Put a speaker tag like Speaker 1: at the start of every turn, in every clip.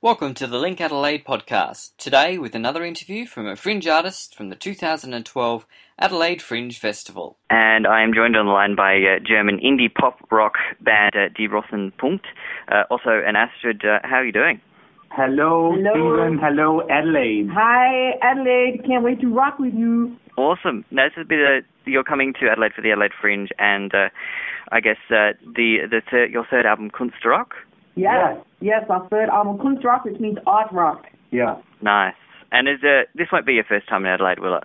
Speaker 1: Welcome to the Link Adelaide podcast. Today, with another interview from a fringe artist from the 2012 Adelaide Fringe Festival.
Speaker 2: And I am joined on the line by uh, German indie pop rock band uh, Die Rossen Punkt, uh, also an Astrid. Uh, how are you doing?
Speaker 3: Hello,
Speaker 4: Hello.
Speaker 3: England. Hello, Adelaide.
Speaker 4: Hi, Adelaide. Can't wait to rock with you.
Speaker 2: Awesome. Now, this has been a, uh, you're coming to Adelaide for the Adelaide Fringe, and uh, I guess uh, the the thir- your third album, Kunstrock.
Speaker 3: Yes.
Speaker 4: Yes, yes, my third album, Kunstrock, which means art rock.
Speaker 3: Yeah.
Speaker 2: Nice. And is uh, this won't be your first time in Adelaide, will it?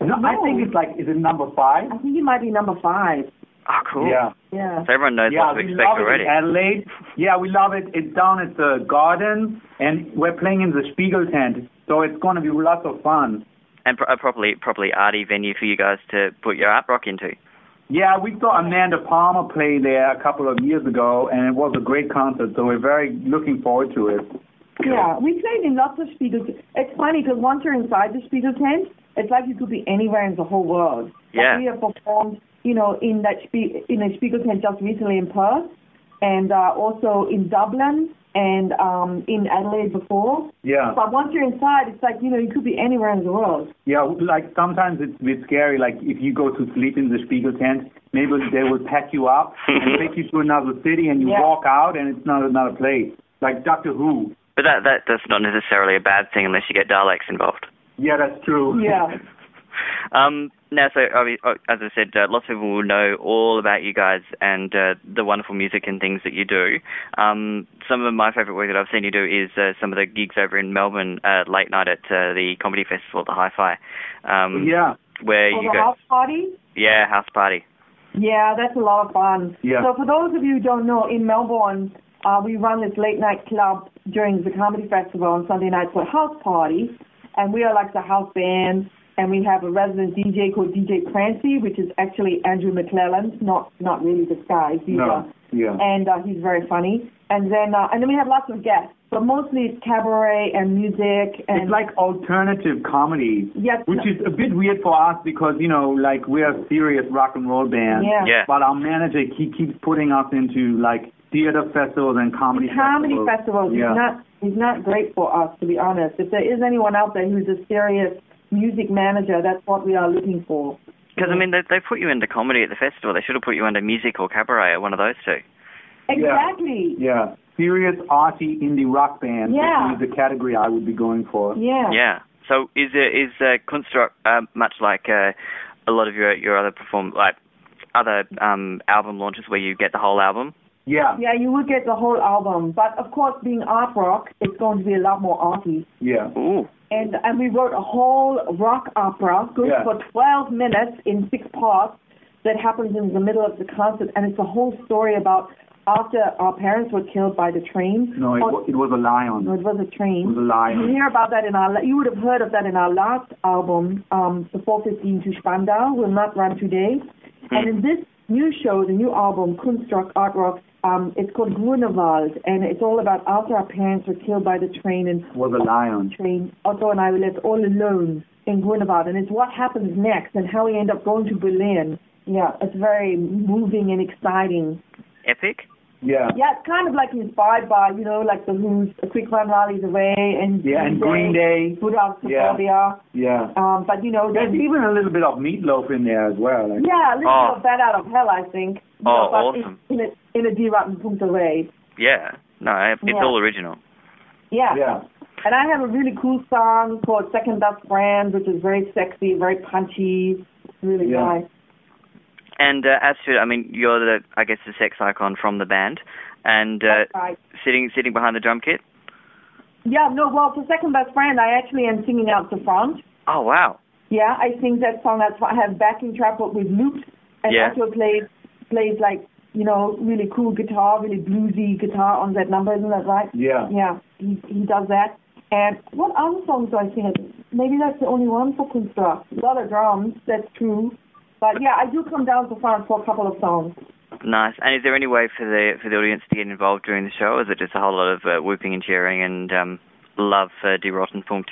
Speaker 3: No, I
Speaker 4: No.
Speaker 3: think it's like, is it number five?
Speaker 4: I think it might be number five.
Speaker 2: Oh, cool.
Speaker 3: Yeah.
Speaker 4: Yeah.
Speaker 2: So everyone knows
Speaker 3: Yeah,
Speaker 2: what to
Speaker 3: we
Speaker 2: expect
Speaker 3: love
Speaker 2: already.
Speaker 3: it in Adelaide. Yeah, we love it. It's down at the garden, and we're playing in the Spiegel tent, so it's going to be lots of fun.
Speaker 2: and pro- a properly properly arty venue for you guys to put your art rock into.
Speaker 3: Yeah, we saw Amanda Palmer play there a couple of years ago, and it was a great concert, so we're very looking forward to it.
Speaker 4: Yeah, we played in lots of Spiegel. It's funny because once you're inside the Spiegel tent, it's like you could be anywhere in the whole world.
Speaker 2: Yeah.
Speaker 4: Like we have performed, you know, in that Spie- in a Spiegel tent just recently in Perth, and uh, also in Dublin and um, in Adelaide before.
Speaker 2: Oh.
Speaker 3: Yeah.
Speaker 4: But once you're inside, it's like you know you could be anywhere in the world.
Speaker 3: Yeah, like sometimes it's a bit scary. Like if you go to sleep in the Spiegel tent, maybe they will pack you up and take you to another city, and you
Speaker 4: Yeah.
Speaker 3: walk out, and it's not another place. Like Doctor Who.
Speaker 2: But that, that that's not necessarily a bad thing unless you get Daleks involved.
Speaker 3: Yeah, that's true.
Speaker 4: Yeah.
Speaker 2: Um, now, so I mean, uh, as I said, uh, lots of people will know all about you guys and uh, the wonderful music and things that you do. Um, some of my favourite work that I've seen you do is uh, some of the gigs over in Melbourne uh, late night at uh, the comedy festival, the Hi-Fi, um,
Speaker 3: Yeah.
Speaker 2: where
Speaker 4: For
Speaker 2: you
Speaker 4: Oh, the
Speaker 2: go,
Speaker 4: house party.
Speaker 2: yeah, house party.
Speaker 4: Yeah, that's a lot of fun.
Speaker 3: Yeah.
Speaker 4: So for those of you who don't know, in Melbourne, uh, we run this late night club during the comedy festival on Sunday nights called House Party, and we are like the house band, and we have a resident DJ called DJ Prancy, which is actually Andrew McClelland, not not really disguised either.
Speaker 3: No. Yeah.
Speaker 4: And uh, he's very funny. And then uh, and then we have lots of guests, but mostly it's cabaret and music and
Speaker 3: It's like alternative comedy,
Speaker 4: yes,
Speaker 3: which is a bit weird for us because you know, like we're a serious rock and roll band.
Speaker 4: yeah.
Speaker 2: Yeah.
Speaker 3: But our manager he keeps putting us into like theater festivals and comedy
Speaker 4: comedy
Speaker 3: festivals.
Speaker 4: festivals
Speaker 3: Yeah.
Speaker 4: is not is not great for us to be honest. If there is anyone out there who's a serious music manager, that's what we are looking for.
Speaker 2: Because I mean, they, they put you into comedy at the festival. They should have put you under music or cabaret or one of those two.
Speaker 4: Exactly.
Speaker 3: Yeah. Serious arty indie rock band
Speaker 4: Yeah.
Speaker 3: would be the category I would be going for.
Speaker 4: Yeah.
Speaker 2: Yeah. So is it is uh, Kunstruck uh, much like uh, a lot of your your other perform like other um, album launches where you get the whole album?
Speaker 3: Yeah.
Speaker 4: Yeah, you will get the whole album, but of course, being art rock, it's going to be a lot more arty.
Speaker 3: Yeah.
Speaker 2: Ooh.
Speaker 4: And and we wrote a whole rock opera, goes
Speaker 3: Yeah.
Speaker 4: for 12 minutes in six parts, that happens in the middle of the concert, and it's a whole story about after our parents were killed by the train.
Speaker 3: No, it,
Speaker 4: on-
Speaker 3: wa- it was a lion.
Speaker 4: no, it was a train.
Speaker 3: It was a
Speaker 4: You
Speaker 3: lion.
Speaker 4: hear about that in our. You would have heard of that in our last album, um, the 415 to Spandau will not run today.
Speaker 3: Hmm.
Speaker 4: And in this new show, the new album, Kunststock Art Rock, um, it's called Grunewald, and it's all about after our parents were killed by the train, and
Speaker 3: It was a lion.
Speaker 4: train Otto and I were left all alone in Grunewald, and it's what happens next and how we end up going to Berlin. Yeah, it's very moving and exciting.
Speaker 2: Epic.
Speaker 3: Yeah.
Speaker 4: Yeah, it's kind of like inspired by, you know, like the Who's, A Quick Run Rallies Away, and
Speaker 3: Yeah, and Green Day. Uh,
Speaker 4: Buddha
Speaker 3: Yeah.
Speaker 4: Suburbia.
Speaker 3: Yeah.
Speaker 4: Um, but you know,
Speaker 3: There's
Speaker 4: then,
Speaker 3: even a little bit of meatloaf in there as well. Like,
Speaker 4: yeah, a little
Speaker 2: Oh.
Speaker 4: bit of that out of hell, I think.
Speaker 2: Oh,
Speaker 4: but
Speaker 2: awesome.
Speaker 4: In, in a in a D rotten punta way.
Speaker 2: Yeah. No, it- it's
Speaker 4: Yeah.
Speaker 2: all original.
Speaker 4: Yeah.
Speaker 3: yeah.
Speaker 4: And I have a really cool song called Second Best Brand, which is very sexy, very punchy, really
Speaker 3: Yeah.
Speaker 4: nice.
Speaker 2: And uh, as to I mean, you're the I guess the sex icon from the band, and uh,
Speaker 4: That's right.
Speaker 2: sitting sitting behind the drum kit.
Speaker 4: Yeah, no, well, for Second Best Brand, I actually am singing out the front.
Speaker 2: Oh wow.
Speaker 4: Yeah, I sing that song. That's why I have backing track but with loops, and
Speaker 2: Yeah.
Speaker 4: also plays plays like you know really cool guitar, really bluesy guitar on that number. Isn't that right?
Speaker 3: Yeah.
Speaker 4: Yeah, he he does that. And what other songs do I sing? Maybe that's the only one for Kunstler. A lot of drums, that's true. But yeah, I do come down to France for a couple of songs.
Speaker 2: Nice. And is there any way for the for the audience to get involved during the show? Or is it just a whole lot of uh, whooping and cheering and um, love for Die Rottenpunkt?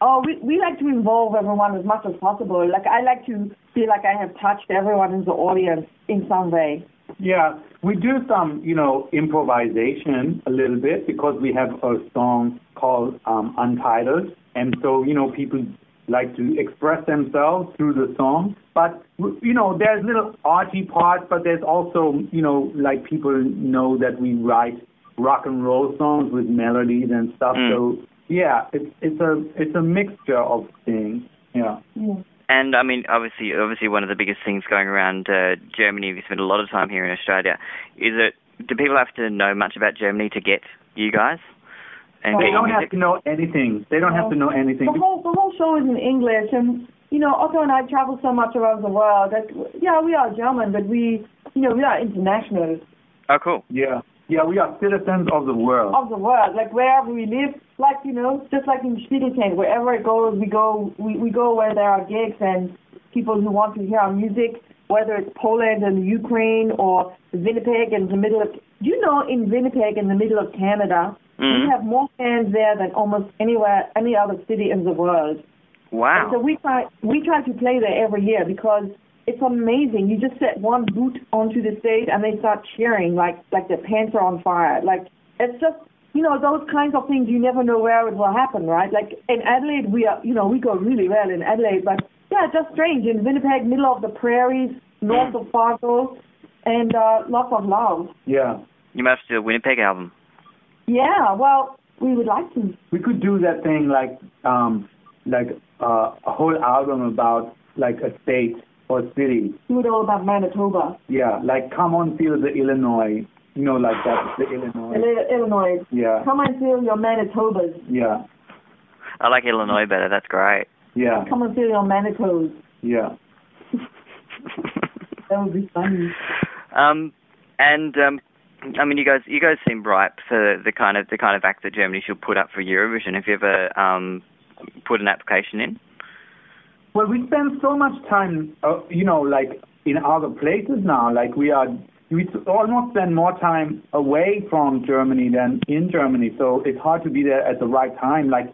Speaker 4: Oh, we we like to involve everyone as much as possible. Like I like to feel like I have touched everyone in the audience in some way.
Speaker 3: Yeah, we do some, you know, improvisation a little bit because we have a song called um, Untitled, and so you know people like to express themselves through the song. But you know, there's little arty parts, but there's also, you know, like people know that we write rock and roll songs with melodies and stuff.
Speaker 2: Mm.
Speaker 3: So yeah, it's it's a it's a mixture of things. Yeah.
Speaker 2: And I mean, obviously, obviously, one of the biggest things going around uh, Germany. We spend a lot of time here in Australia. Is it? Do people have to know much about Germany to get you guys? And
Speaker 3: They
Speaker 2: get your
Speaker 3: don't have
Speaker 2: music?
Speaker 3: to know anything. They don't have to know anything.
Speaker 4: The whole the whole show is in English, and you know, Otto and I travel so much around the world that yeah, we are German, but we you know we are international
Speaker 2: Oh, cool.
Speaker 3: Yeah. Yeah, we are citizens of the world.
Speaker 4: of the world. Like wherever we live, like you know, just like in Spiegeltank, wherever it goes, we go we, we go where there are gigs and people who want to hear our music, whether it's Poland and Ukraine or Winnipeg in the middle of. Do you know in Winnipeg in the middle of Canada,
Speaker 2: Mhm.
Speaker 4: we have more fans there than almost anywhere any other city in the world. So
Speaker 2: Wow.
Speaker 4: we try we try to play there every year because it's amazing. You just set one boot onto the stage and they start cheering like like their pants are on fire. Like it's just you know those kinds of things. You never know where it will happen, right? Like in Adelaide, we are you know we go really well in Adelaide, but yeah, it's just strange in Winnipeg, middle of the prairies, north of Fargo, and uh, lots of love.
Speaker 3: Yeah.
Speaker 2: You must do a Winnipeg album.
Speaker 4: Yeah, well we would like to.
Speaker 3: We could do that thing like um like uh, a whole album about like a state or city.
Speaker 4: do it all about Manitoba,
Speaker 3: Yeah, like come on feel the Illinois. You know, like that the Illinois.
Speaker 4: Ill- Illinois.
Speaker 3: Yeah.
Speaker 4: Come and feel your Manitobas.
Speaker 3: Yeah.
Speaker 2: I like Illinois
Speaker 3: Mm-hmm.
Speaker 2: better. That's great.
Speaker 3: Yeah.
Speaker 4: Come and feel your Manitos.
Speaker 3: Yeah.
Speaker 4: That would be funny.
Speaker 2: um, and um, I mean, you guys, you guys seem ripe for the kind of the kind of act that Germany should put up for Eurovision. Have you ever um, put an application in?
Speaker 3: Well, we spend so much time, uh, you know, like in other places now. Like we are, we s- almost spend more time away from Germany than in Germany. So it's hard to be there at the right time. Like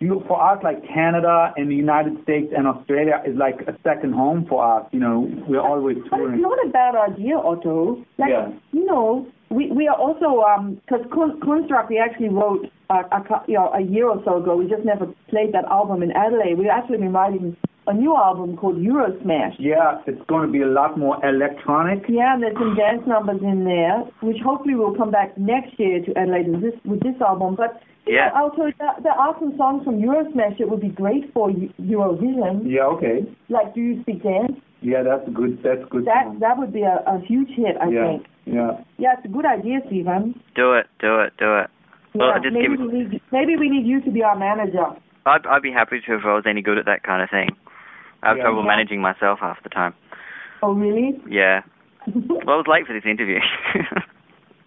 Speaker 3: you, for us, like Canada and the United States and Australia is like a second home for us. You know, we're always
Speaker 4: But it's
Speaker 3: touring.
Speaker 4: not a bad idea, Otto. Like,
Speaker 3: Yeah.
Speaker 4: you know, we, we are also, because Con- Construct, we actually wrote uh, a, cou- you know, a year or so ago. We just never played that album in Adelaide. We've actually been writing a new album called Eurosmash.
Speaker 3: Yeah, it's going to be a lot more electronic.
Speaker 4: Yeah, and there's some dance numbers in there, which hopefully will come back next year to Adelaide with this with this album. But you
Speaker 2: Yeah.
Speaker 4: know, also there, there are some songs from Eurosmash that would be great for Eu- Eurovision,
Speaker 3: Yeah, okay.
Speaker 4: like "Do You Speak Dance."
Speaker 3: Yeah, that's a good. That's a good.
Speaker 4: That
Speaker 3: song.
Speaker 4: that would be a, a huge hit, I
Speaker 3: yeah,
Speaker 4: think.
Speaker 3: yeah.
Speaker 4: Yeah, it's a good idea, Stephen.
Speaker 2: Do it, do it, do it. Well,
Speaker 4: Yeah,
Speaker 2: just
Speaker 4: maybe,
Speaker 2: give-
Speaker 4: we need, maybe we need you to be our manager.
Speaker 2: I'd, I'd be happy to if I was any good at that kind of thing. I have
Speaker 3: Yeah.
Speaker 2: trouble
Speaker 4: Yeah.
Speaker 2: managing myself half the time.
Speaker 4: Oh, really?
Speaker 2: Yeah. Well, I was late for this interview.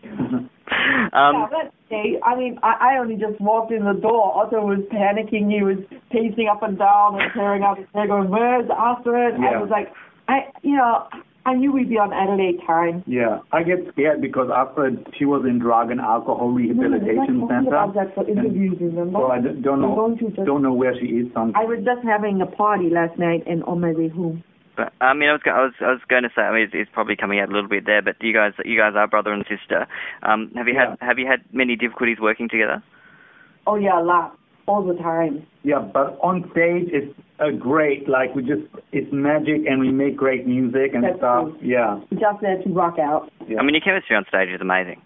Speaker 2: um,
Speaker 4: yeah, that's okay. I mean, I, I only just walked in the door. Otto was panicking. He was pacing up and down and tearing out his hair, going, "Where's Astrid?" I
Speaker 3: Yeah.
Speaker 4: was like, I, you know, I knew we'd be on Adelaide time.
Speaker 3: Yeah, I get scared because after she was in drug and alcohol rehabilitation
Speaker 4: we were talking
Speaker 3: center,
Speaker 4: about that for interviews, remember?
Speaker 3: so I d- don't
Speaker 4: We're
Speaker 3: know
Speaker 4: going to just.
Speaker 3: don't know where she is. Some
Speaker 4: I was just having a party last night and on my way home.
Speaker 2: but I mean, I was, go- I was, I was going to say, I mean, it's, it's probably coming out a little bit there, but you guys, you guys are brother and sister. Um, have you had, have you had many difficulties working together?
Speaker 4: Oh yeah, a lot, all the time.
Speaker 3: yeah, but on stage it's a great like we just it's magic and we make great music and
Speaker 4: That's
Speaker 3: stuff.
Speaker 4: true.
Speaker 3: Yeah,
Speaker 4: Just there to rock out.
Speaker 3: yeah,
Speaker 2: I mean, your chemistry on stage is amazing.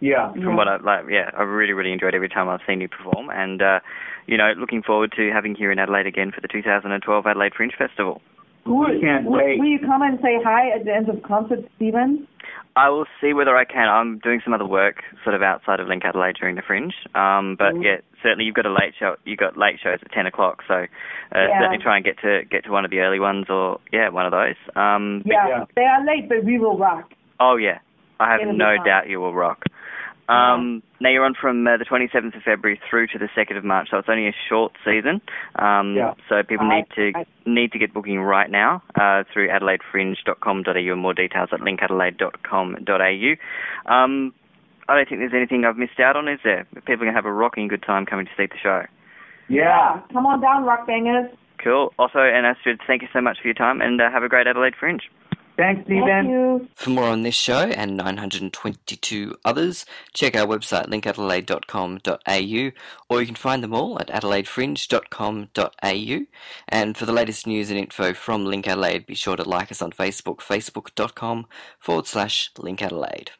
Speaker 3: yeah,
Speaker 2: From what I like, yeah, I really, really enjoyed every time I've seen you perform, and uh, you know, looking forward to having you here in Adelaide again for the 2012 Adelaide Fringe Festival.
Speaker 3: we can't
Speaker 4: Will,
Speaker 3: wait.
Speaker 4: will you come and say hi at the end of concert, Stephen?
Speaker 2: I will see whether I can. I'm doing some other work sort of outside of Link Adelaide during the Fringe. Um, but yeah, certainly you've got a late show. You've got late shows at ten o'clock, so uh,
Speaker 4: Yeah.
Speaker 2: certainly try and get to get to one of the early ones or yeah, one of those. Um, but-
Speaker 4: Yeah,
Speaker 3: yeah.
Speaker 4: they are late, but we will rock.
Speaker 2: oh yeah, I have
Speaker 4: It'll be
Speaker 2: no
Speaker 4: fun.
Speaker 2: doubt you will rock. Um, Now you're on from uh, the 27th of February through to the 2nd of March, so it's only a short season. Um,
Speaker 3: Yeah.
Speaker 2: So people
Speaker 4: I-
Speaker 2: need to
Speaker 4: I-
Speaker 2: need to get booking right now uh, through adelaidefringe.com.au and more details at linkadelaide.com.au. Um, I don't think there's anything I've missed out on, is there? People are going to have a rocking good time coming to see the show.
Speaker 3: yeah.
Speaker 4: Come on down, rock bangers.
Speaker 2: Cool. Also, and Astrid, thank you so much for your time and uh, have a great Adelaide Fringe.
Speaker 3: Thanks, Stephen.
Speaker 4: Thank you.
Speaker 2: For more on this show and 922 others, check our website linkadelaide.com.au or you can find them all at adelaidefringe.com.au. And for the latest news and info from Link Adelaide, be sure to like us on Facebook, facebook.com forward slash Link Adelaide.